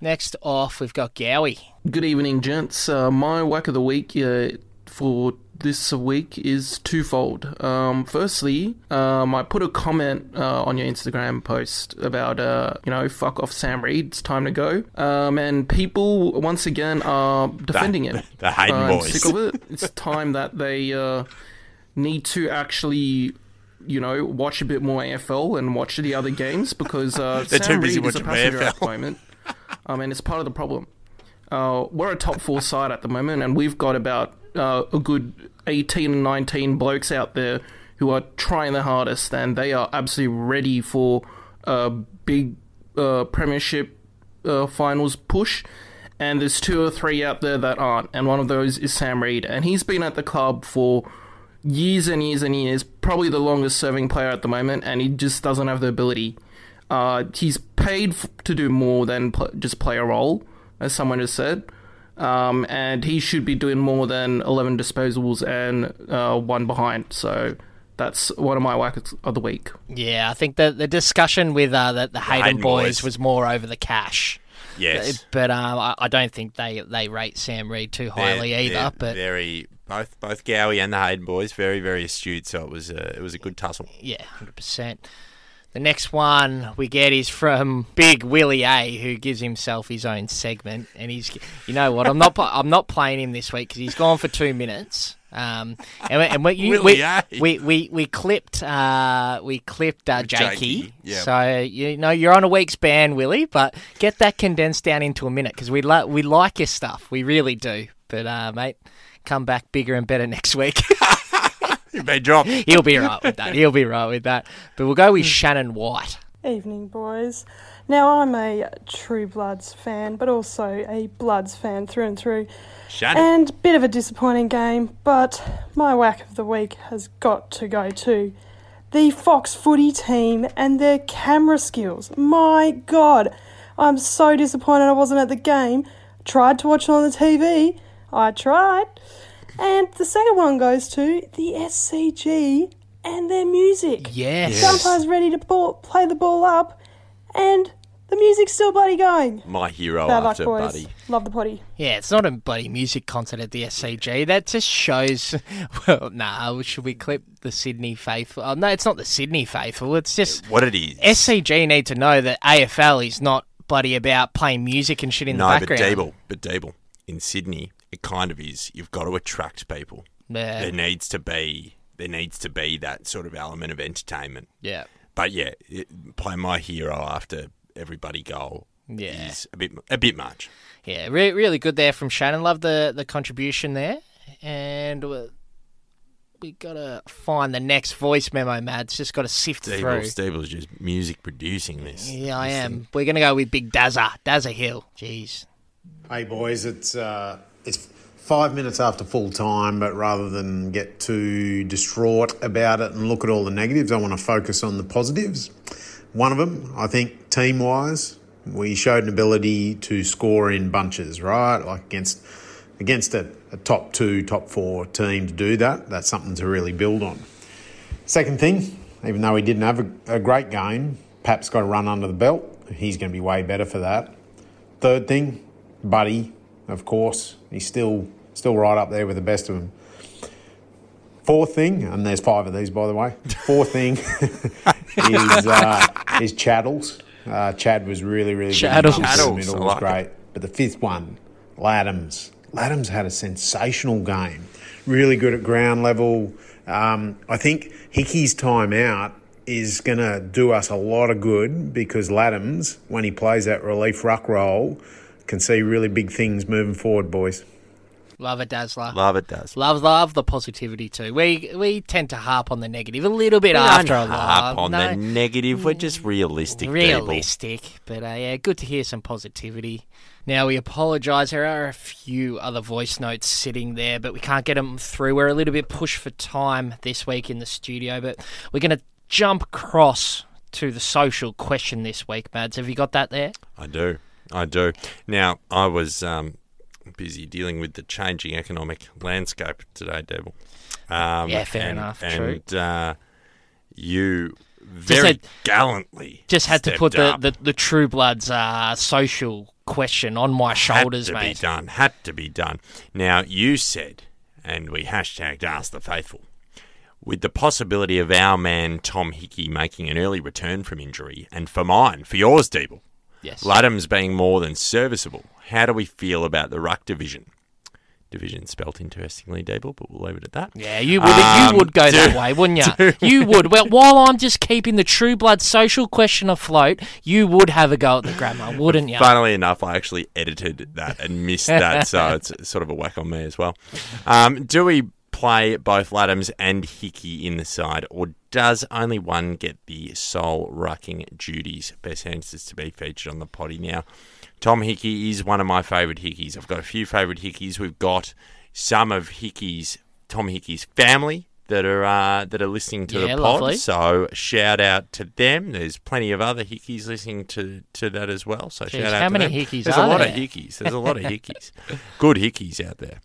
Next off, we've got Gowie.
Good evening, gents. Uh, my whack of the week uh, for this week is twofold. Um, firstly, um, I put a comment uh, on your Instagram post about, uh, you know, fuck off Sam Reed, it's time to go. Um, and people, once again, are defending it.
[laughs] the Hayden
I'm
boys.
sick of it. It's [laughs] time that they uh, need to actually. You know, watch a bit more AFL and watch the other games because uh,
[laughs] They're
Sam
too busy
Reed is a
watching
passenger
AFL.
at the moment. I mean, it's part of the problem. Uh, we're a top four side at the moment, and we've got about uh, a good 18 and 19 blokes out there who are trying their hardest, and they are absolutely ready for a big uh, premiership uh, finals push. And there's two or three out there that aren't, and one of those is Sam Reed, and he's been at the club for years and years and years, probably the longest serving player at the moment, and he just doesn't have the ability. Uh, he's paid f- to do more than pl- just play a role, as someone has said, um, and he should be doing more than 11 disposals and uh, one behind. So that's one of my whackers of the week.
Yeah, I think the the discussion with uh, the, the Hayden,
Hayden
boys,
boys.
was more over the cash.
Yes.
but um, I, I don't think they, they rate Sam Reed too highly
They're-
either.
they're
but
very both both Gowie and the Hayden boys very very astute. So it was a it was a good tussle.
Yeah, hundred percent. The next one we get is from Big Willie A, who gives himself his own segment, and he's, you know what? I'm not, pl- I'm not playing him this week because he's gone for two minutes. Um, and, we- and we, you,
Willie
we,
A.
we, we, we clipped, uh, we clipped uh, Jakey.
Jakey, yeah.
So you know you're on a week's ban, Willie, but get that condensed down into a minute because we like, we like your stuff, we really do. But uh, mate, come back bigger and better [laughs] next week.
He may drop.
He'll be right with that. He'll be right with that. But we'll go with Shannon White.
Evening, boys. Now, I'm a true Bloods fan, but also a Bloods fan through and through.
Shannon.
And bit of a disappointing game, but my whack of the week has got to go to the Fox footy team and their camera skills. My God, I'm so disappointed I wasn't at the game. Tried to watch it on the TV. I tried. And the second one goes to the SCG and their music.
Yes.
Umpire's ready to ball, play the ball up, and the music's still bloody going.
My hero
Bad luck,
after
boys.
Buddy.
Love the potty.
Yeah, it's not a bloody music concert at the SCG. That just shows. [laughs] Well, nah, should we clip the Sydney faithful? Oh, no, it's not the Sydney faithful. It's just
What it is?
SCG need to know that AFL is not bloody about playing music and shit in
no,
the
but
background.
Dable, but Dable in Sydney, it kind of is. You've got to attract people.
Yeah.
There needs to be there needs to be that sort of element of entertainment.
Yeah.
But yeah, it, play my hero after everybody goal.
Yeah.
is a bit a bit much.
Yeah, re- really good there from Shannon. Love the, the contribution there. And we- we got to find the next voice memo, Mads. Just got to sift through.
Stable's, Stable's just music producing this.
Yeah, I am. We're going to go with Big Dazza. Dazza Hill. Jeez.
Hey boys, it's uh, it's five minutes after full time, but rather than get too distraught about it and look at all the negatives, I want to focus on the positives. One of them, I think, team wise, we showed an ability to score in bunches, right? Like against against a, a top two, top four team to do that. That's something to really build on. Second thing, even though he didn't have a, a great game, Pap's got a run under the belt. He's going to be way better for that. Third thing, Buddy, of course, he's still still right up there with the best of them. Fourth thing, and there's five of these by the way. Fourth thing [laughs] is uh, is Chaddles. Uh, Chad was really really
Chaddles.
good.
Chaddles,
middle
I
was
like
great. But the fifth one, Laddams. Laddams had a sensational game. Really good at ground level. Um, I think Hickey's time out is going to do us a lot of good because Laddams, when he plays that relief ruck role, can see really big things moving forward, boys.
Love it, Dazzler.
Love it does.
Love, love the positivity too. We we tend to harp on the negative a little bit
We don't
after a
harp
while.
on
no, Mm.
the negative. We're just realistic.
realistic, but uh, yeah, good to hear some positivity. Now we apologise. There are a few other voice notes sitting there, but we can't get them through. We're a little bit pushed for time this week in the studio, but we're going to jump across to the social question this week, Mads. Have you got that there?
I do. I do. Now, I was um, busy dealing with the changing economic landscape today, Devil. Um,
Yeah, fair
and,
enough,
And Uh, you
Just
very
had-
gallantly
Just had to
stepped
put the,
up.
the, the True Bloods uh, social question on my shoulders,
had to
mate.
be done. Had to be done. Now you said, and we hashtagged Ask the Faithful. With the possibility of our man Tom Hickey making an early return from injury, and for mine, for yours, Deeble,
Yes.
Ludham's being more than serviceable, how do we feel about the ruck division? Division spelt interestingly, Deeble, but we'll leave it at that.
Yeah, you would
Um,
you would go that
do-
way, wouldn't
[laughs] do-
you? You would. Well, while I'm just keeping the True Blood social question afloat, you would have a go at the grammar, wouldn't you?
Funnily enough, I actually edited that and missed that,
[laughs]
so it's sort of a whack on me as well. Um, do we play both Laddams and Hickey in the side, or does only one get the sole rucking duties? Best answers to be featured on the potty now. Tom Hickey is one of my favourite Hickeys. I've got a few favourite Hickeys. We've got some of Hickey's Tom Hickey's family that are uh, that are listening to
Yeah,
the pod.
lovely.
So shout out to them. There's plenty of other hickeys listening to, to that as well. So
Jeez,
shout out
how
to
many
them.
hickeys
There's
are
a lot of
there?
hickeys. There's a lot of hickeys. [laughs] Good hickeys out there.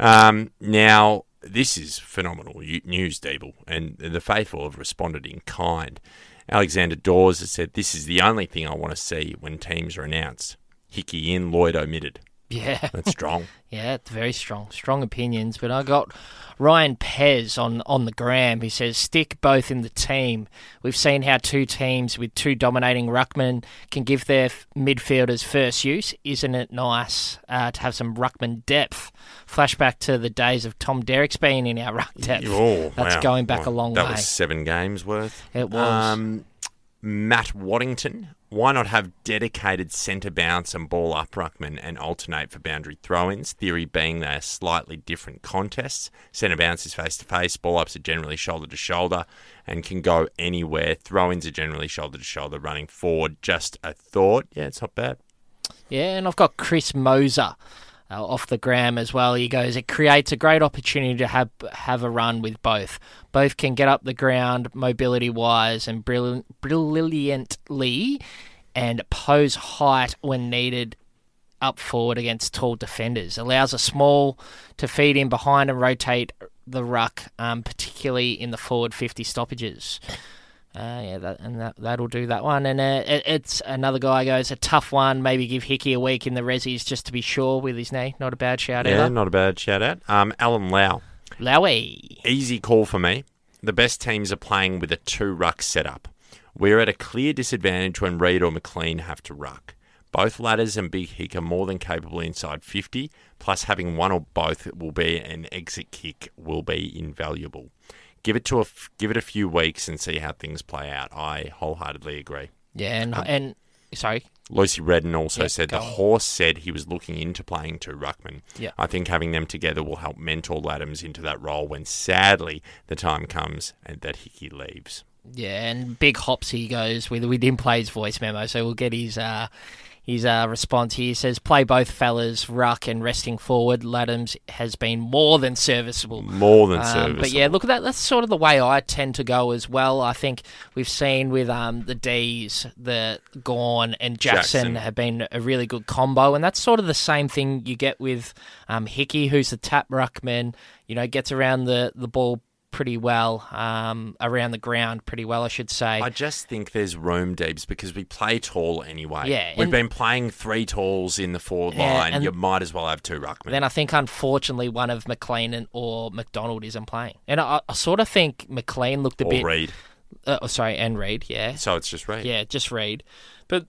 Um, now this is phenomenal u- news, Deeble, and the faithful have responded in kind. Alexander Dawes has said, "This is the only thing I want to see when teams are announced: Hickey in, Lloyd omitted."
Yeah.
that's strong.
Yeah, it's very strong, strong opinions. But I got Ryan Pez on on the gram. He says stick both in the team. We've seen how two teams with two dominating ruckmen can give their f- midfielders first use. Isn't it nice uh, to have some ruckman depth? Flashback to the days of Tom Derrick's being in our ruck depth.
Oh,
That's
wow.
going back a
Wow.
long
that
way.
was seven games worth. Um,
It was.
Matt Waddington. Why not have dedicated centre bounce and ball up ruckman and alternate for boundary throw-ins? Theory being they are slightly different contests. Centre bounce is face to face. Ball ups are generally shoulder to shoulder and can go anywhere. Throw-ins are generally shoulder to shoulder, running forward. Just a thought. Yeah, it's not bad.
Yeah, and I've got Chris Moser uh, off the gram as well. He goes, it creates a great opportunity to have have a run with both. Both can get up the ground mobility wise and brilliant, brilliantly, and pose height when needed up forward against tall defenders. Allows a small to feed in behind and rotate the ruck, um, particularly in the forward 50 stoppages. Uh, yeah, that, and that that'll do that one. And uh, it, it's another guy goes a tough one. Maybe give Hickey a week in the resis just to be sure with his knee. Not a bad shout
yeah,
either.
not a bad shout out. Um, Alan Lau.
Lowy.
Easy call for me. The best teams are playing with a two ruck setup. We're at a clear disadvantage when Reid or McLean have to ruck. Both Ladders and Big Hick are more than capable inside 50, plus having one or both will be an exit kick will be invaluable. Give it to a f- give it a few weeks and see how things play out. I wholeheartedly agree.
Yeah, and and sorry,
Lucy Redden also
Yeah,
said the
go on.
horse said he was looking into playing two ruckman.
Yeah.
I think having them together will help mentor Laddams into that role when sadly the time comes and that Hickey leaves.
yeah, and big hops he goes with. We didn't play his voice memo, so we'll get his uh his uh response here. He says play both fellas, ruck and resting forward. Laddams has been more than serviceable. Um,
More than
But
serviceable.
yeah, look at that. That's sort of the way I tend to go as well. I think we've seen with um, the D's, the Gorn and Jackson,
Jackson.
have been a really good combo, and that's sort of the same thing you get with um, Hickey, who's the tap ruckman. You know, gets around the the ball pretty well, um, around the ground pretty well, I should say.
I just think there's room, Debs, because we play tall anyway.
Yeah,
We've
and-
been playing three talls in the forward
Yeah,
line.
and-
You might as well have two ruckmen.
Then I think, unfortunately, one of McLean and- or McDonald isn't playing, and I, I sort of think McLean looked a
Or
bit.
Reid.
Uh, oh, sorry, and Reid, yeah.
So it's just Reid.
Yeah, just Reid. But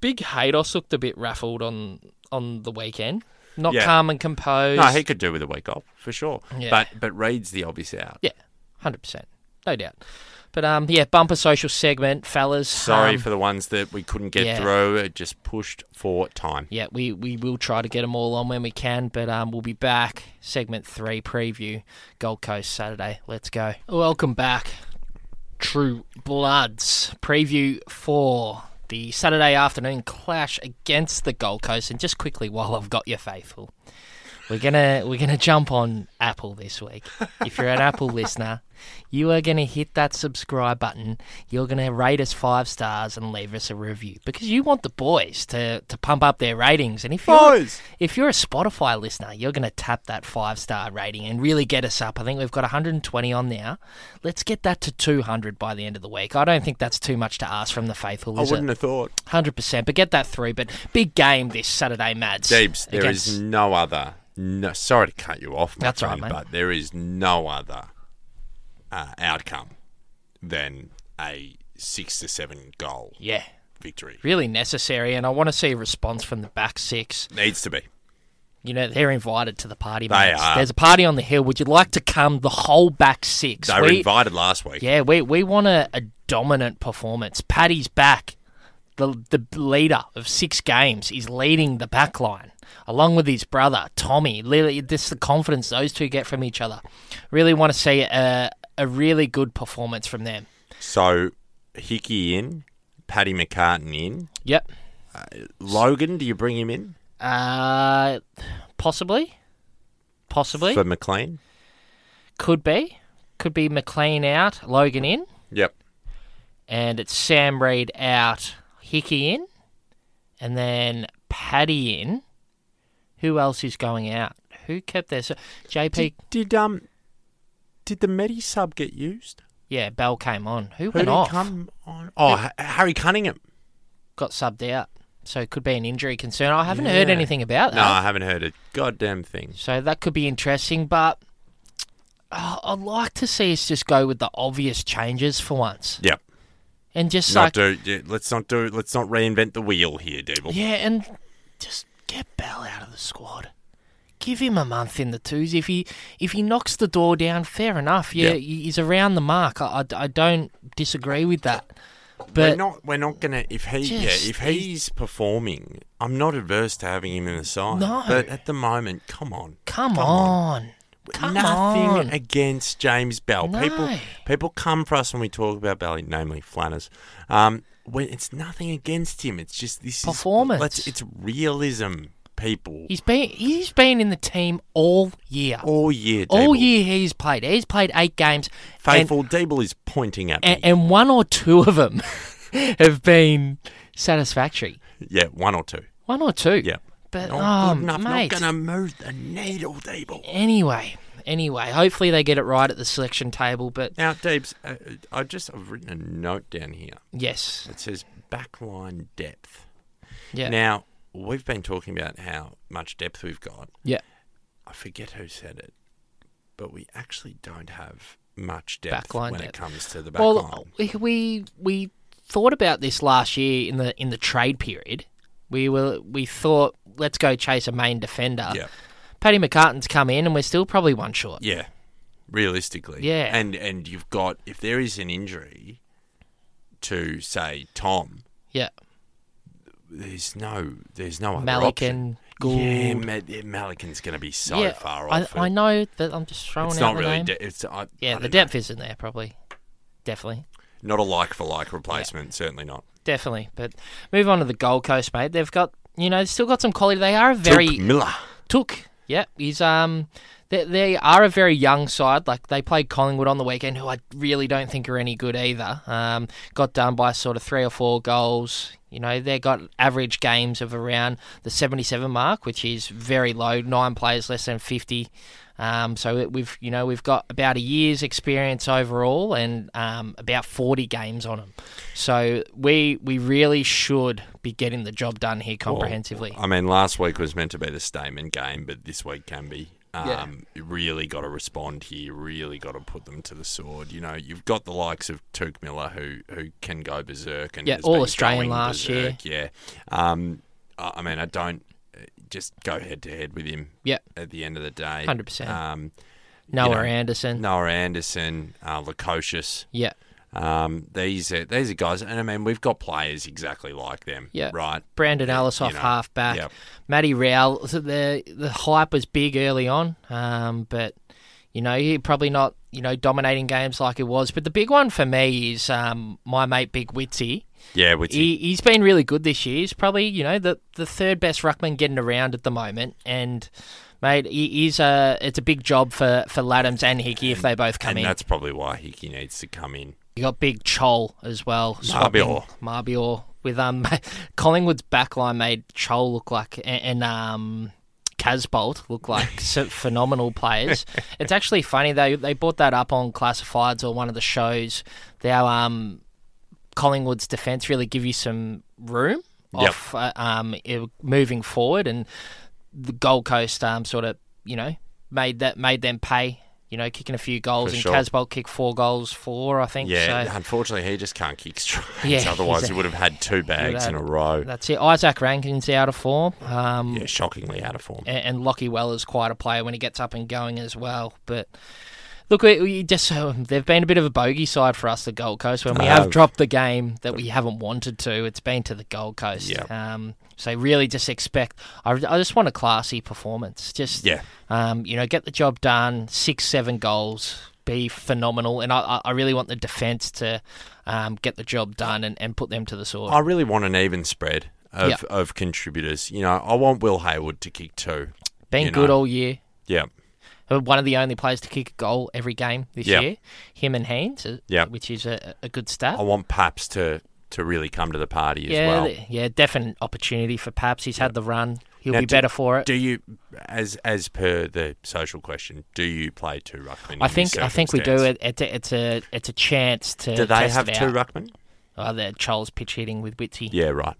Big Hados looked a bit raffled on on the weekend. Not
Yeah.
calm and composed.
No, he could do with a week off, for sure.
Yeah.
But but Reid's the obvious out.
Yeah, hundred percent, no doubt. But um, yeah, bumper social segment, fellas.
Sorry
um,
for the ones that we couldn't get
yeah.
through. It just pushed for time.
Yeah, we, we will try to get them all on when we can, but um, we'll be back. Segment three preview, Gold Coast Saturday. Let's go. Welcome back, True Bloods. Preview for the Saturday afternoon clash against the Gold Coast. And just quickly, while I've got you, faithful, we're gonna we're gonna jump on Apple this week. If you're an Apple listener, you are going to hit that subscribe button. You're going to rate us five stars and leave us a review because you want the boys to, to pump up their ratings. And if you're,
Boys!
if you're a Spotify listener, you're going to tap that five star rating and really get us up. I think we've got 120 on now. Let's get that to 200 by the end of the week. I don't think that's too much to ask from the faithful.
I
is it?
wouldn't have thought.
100%. But get that through. But big game this Saturday, Mads.
Deeps, there is
against-
no other. No, sorry to cut you off. My
That's all right,
friend,
mate.
But there is no other uh, outcome than a six to seven goal.
Yeah.
victory
really necessary, and I want to see a response from the back six.
needs to be.
You know, they're invited to the party.
They
mates.
are.
There's a party on the hill. Would you like to come? The whole back six.
They were
We-
invited last week.
Yeah, we we want a, a dominant performance. Paddy's back. The the leader of six games is leading the back line along with his brother Tommy. Literally, this is the confidence those two get from each other. Really want to see a a really good performance from them.
So Hickey in, Paddy McCartan in.
Yep.
Uh, Logan, do you bring him in
Uh, possibly, possibly
for McLean?
could be, could be McLean out, Logan in,
Yep.
and it's Sam Reed out, Hickey in, and then Paddy in. Who else is going out? Who kept their so JP?
Did, did um, did the Medi sub get used?
yeah, Bell came on. Who,
Who
went
did
off?
come on? Oh, Ha- Harry Cunningham
got subbed out, so it could be an injury concern. I haven't heard
Yeah.
anything about that.
No, I haven't heard a goddamn thing.
So that could be interesting, but uh, I'd like to see us just go with the obvious changes for once.
Yep.
And just
not
like,
do. yeah, Let's not do. Let's not reinvent the wheel here, Devil.
yeah, and just get Bell out of the squad. Give him a month in the twos. If he if he knocks the door down, fair enough. Yeah,
Yeah.
he's around the mark. I, I, I don't disagree with that.
we're
But
not. We're not gonna. If he,
Just-
yeah, if he's performing, I'm not averse to having him in the side.
No.
but at the moment, come on,
come, on. Come
nothing
on.
against James Bell. People,
No.
people come for us when we talk about Bell, namely Flanners. Um, when it's nothing against him. It's just this
Performance.
Is, let's, it's realism, people.
He's been he's been in the team all year.
All year,
All
Dable.
year he's played. He's played eight games. and-
Faithful Dable is pointing at
and,
me.
and one or two of them [laughs] have been satisfactory.
Yeah, one or two.
One or two.
Yeah.
But
Not
um,
good enough, not
mate.
gonna move the needle, Dable.
Anyway, anyway, hopefully they get it right at the selection table. But
Now, Deebs, uh, I just I've written a note down here.
Yes.
it says backline depth.
Yeah.
Now we've been talking about how much depth we've got.
Yeah.
I forget who said it, but we actually don't have much depth
Backline
when
depth.
it comes to the backline.
well, oh. we- we we thought about this last year in the in the trade period. We were we thought let's go chase a main defender.
Yeah.
Paddy McCartan's come in and we're still probably one short.
Yeah, realistically.
Yeah.
and and you've got if there is an injury to say Tom,
Yeah.
there's no there's no other
Malikan,
option. Yeah,
Gould.
Ma- Malikan's going to be so
yeah,
far
I,
off.
I know that I'm just throwing
It's
out
not
the
really
name.
de- it's- I- I
yeah,
don't
the
know.
depth isn't there probably. Definitely.
Not a like for like replacement, certainly not.
Definitely. But move on to the Gold Coast, mate. They've got you know, they've still got some quality. They are a very
Took Miller.
Took. Yeah, he's um, they, they are a very young side. Like they played Collingwood on the weekend, who I really don't think are any good either. Um, got done by sort of three or four goals. You know, they got average games of around the seventy-seven mark, which is very low. Nine players less than fifty. Um, so it- we've you know we've got about a year's experience overall, and um, about forty games on them. So we we really should be getting the job done here comprehensively.
I mean, last week was meant to be the statement game, but this week can be.
Yeah.
Um, you Really got to respond here. Really got to put them to the sword. You know, you've got the likes of Took Miller who who can go berserk and
Yeah,
has
all
been
Australian
going
last year.
berserk, Yeah. Um, I I mean, I don't uh, just go head to head with him.
Yep.
At the end of the day,
100%.
Um, you
Noah
know,
Anderson.
Noah Anderson, uh, Lukosius.
Yeah.
Um, these are these are guys, and I mean, we've got players exactly like them.
Yeah.
Right.
Brandon Ellis off
know,
half back.
yep.
Matty Rowell. so The the hype was big early on, um, but you know he probably not you know dominating games like it was. But the big one for me is um, my mate Big Witsy.
Yeah, Witsy.
He, he's been really good this year. He's probably you know the the third best ruckman getting around at the moment, and Mate, he- he's a, it's a big job for, for Laddams and Hickey if they both come
and
in.
that's probably why Hickey needs to come in.
You got big Chol as well. swapping
Marbior.
Marbior with um [laughs] Collingwood's backline made Chol look like and, and um Casbolt look
[laughs]
like so phenomenal players. It's actually funny they they brought that up on Classifieds or one of the shows. How um Collingwood's defence really give you some room
Yep.
off uh, um i- moving forward, and the Gold Coast um sort of you know made that made them pay. You know, kicking a few goals,
For
and
sure.
Casbolt kicked four goals, four I think.
Yeah,
so.
unfortunately, he just can't kick straight.
Yeah,
[laughs] Otherwise,
he's
he
a-
would have had two bags in a row.
That's it. Isaac Rankin's out of form. Um,
yeah, shockingly out of form.
And, and Lockie Weller's quite a player when he gets up and going as well. But look, we, we just um, they've been a bit of a bogey side for us, the Gold Coast. When we
They
have
have.
dropped the game that we haven't wanted to, it's been to the Gold Coast. Um, so really, just expect. I, I just want a classy performance. Just
Yeah.
um, you know, get the job done. Six, seven goals, be phenomenal. And I, I- I really want the defense to um, get the job done and, and put them to the sword.
I really want an even spread of,
Yeah.
of contributors. You know, I want Will Hayward to kick two.
Been
you
good
know.
all year.
Yeah.
Uh, One of the only players to kick a goal every game this
Yeah.
year. Him and Haynes, uh,
Yeah.
which is a, a good stat.
I want Paps to, to really come to the party
yeah,
as well.
th- yeah, definite opportunity for Paps. He's had the run. He'll
Now,
be
do-
better for it.
Do you, as as per the social question, do you play two ruckmen? in
I
this
think I think we do.
circumstance?
It, it's a, it's a it's a chance to.
Do they
test
have
it
two
out.
ruckmen?
Oh, the Charles pitch hitting with Whitsy.
Yeah, right.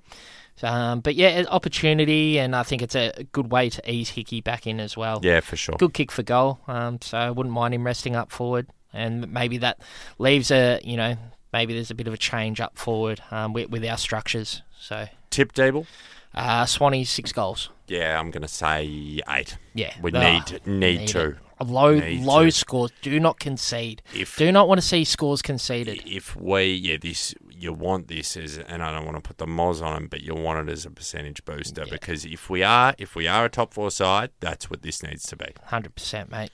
Um, but yeah, it- opportunity, and I think it's a good way to ease Hickey back in as well.
Yeah, for sure.
Good kick for goal. Um, so I wouldn't mind him resting up forward, and maybe that leaves a you know maybe there's a bit of a change up forward um, with, with our structures. So
tip table.
Uh, Swanee six goals.
Yeah, I'm going to say eight.
Yeah,
we
Ah,
need need,
it.
to
low
Need
low
to.
scores. Do not concede. Do not want to see scores conceded.
If we yeah this you want this as and I don't want to put the moz on them, but you want it as a percentage booster because if we are if we are a top four side, that's what this needs to be.
hundred percent, mate.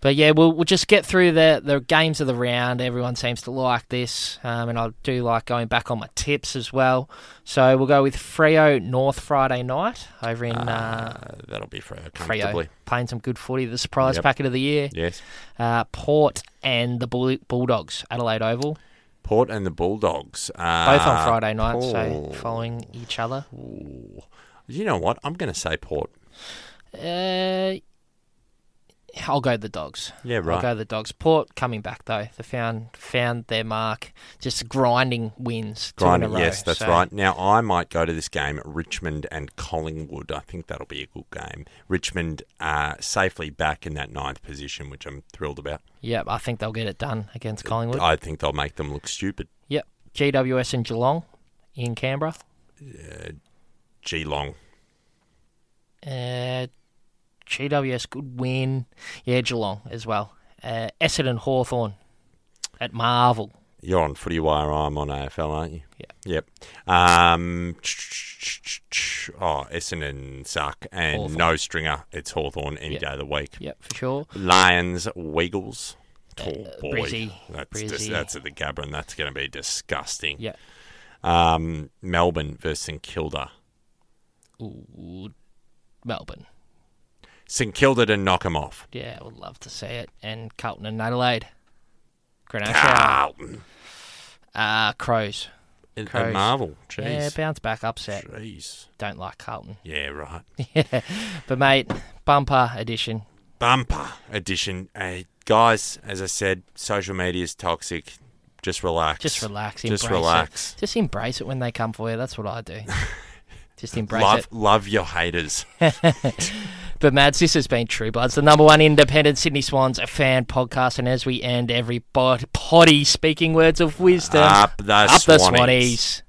But yeah, we'll we'll just get through the the games of the round. Everyone seems to like this, um, and I do like going back on my tips as well. So we'll go with Freo North Friday night over in uh,
Ah, That'll be for
Freo,
comfortably.
playing some good footy. The surprise
Yep.
packet of the year,
Yes,
uh, Port and the Bull- Bulldogs, Adelaide Oval,
Port and the Bulldogs uh,
both on Friday night, so
Paul.
following each other.
you know what? I'm going to say Port.
Uh, I'll go the dogs.
Yeah,
I'll
right.
go the dogs. Port coming back though. They found found their mark. Just grinding wins. two in a
Grinding,
row,
yes, that's
so-
right. Now I might go to this game, Richmond and Collingwood. I think that'll be a good game. Richmond uh, safely back in that ninth position, which I'm thrilled about.
Yep, I think they'll get it done against Collingwood.
Uh, I think they'll make them look stupid.
yep, GWS and Geelong in Canberra.
Uh, Geelong,
Uh, GWS good win. Yeah, Geelong as well. Uh, Essendon Hawthorn at Marvel.
you're on Footy Wire. I'm on AFL, aren't you? Yeah. Yep. Um, oh, Essendon suck and
Hawthorn.
no stringer. It's Hawthorn any day of the week.
Yep, for sure. Uh,
Lions, Wiggles. Oh boy,
Brizzy,
that's dis-
Brizzy.
that's at the Gabron. That's going to be disgusting.
Yeah.
Um, Melbourne versus St Kilda.
Ooh, Melbourne.
St Kilda to knock 'em off.
Yeah, I would love to see it. And Carlton and Adelaide. Grenache.
Carlton.
Uh, Crows.
And- and Marvel, jeez.
Yeah, bounce back upset.
Jeez.
Don't like Carlton.
Yeah, right.
[laughs] Yeah. But, mate, bumper edition.
Bumper edition. Uh, guys, as I said, social media is toxic. Just relax.
Just relax. Embrace
Just relax.
It. Just embrace it when they come for you. That's what I
[laughs]
do. Just embrace
love,
it.
love your haters.
[laughs] but Mads, this has been True Bloods, the number one independent Sydney Swans fan podcast, and as we end every pod- potty, speaking words of wisdom,
Up the
up the
Swannies.
Swannies.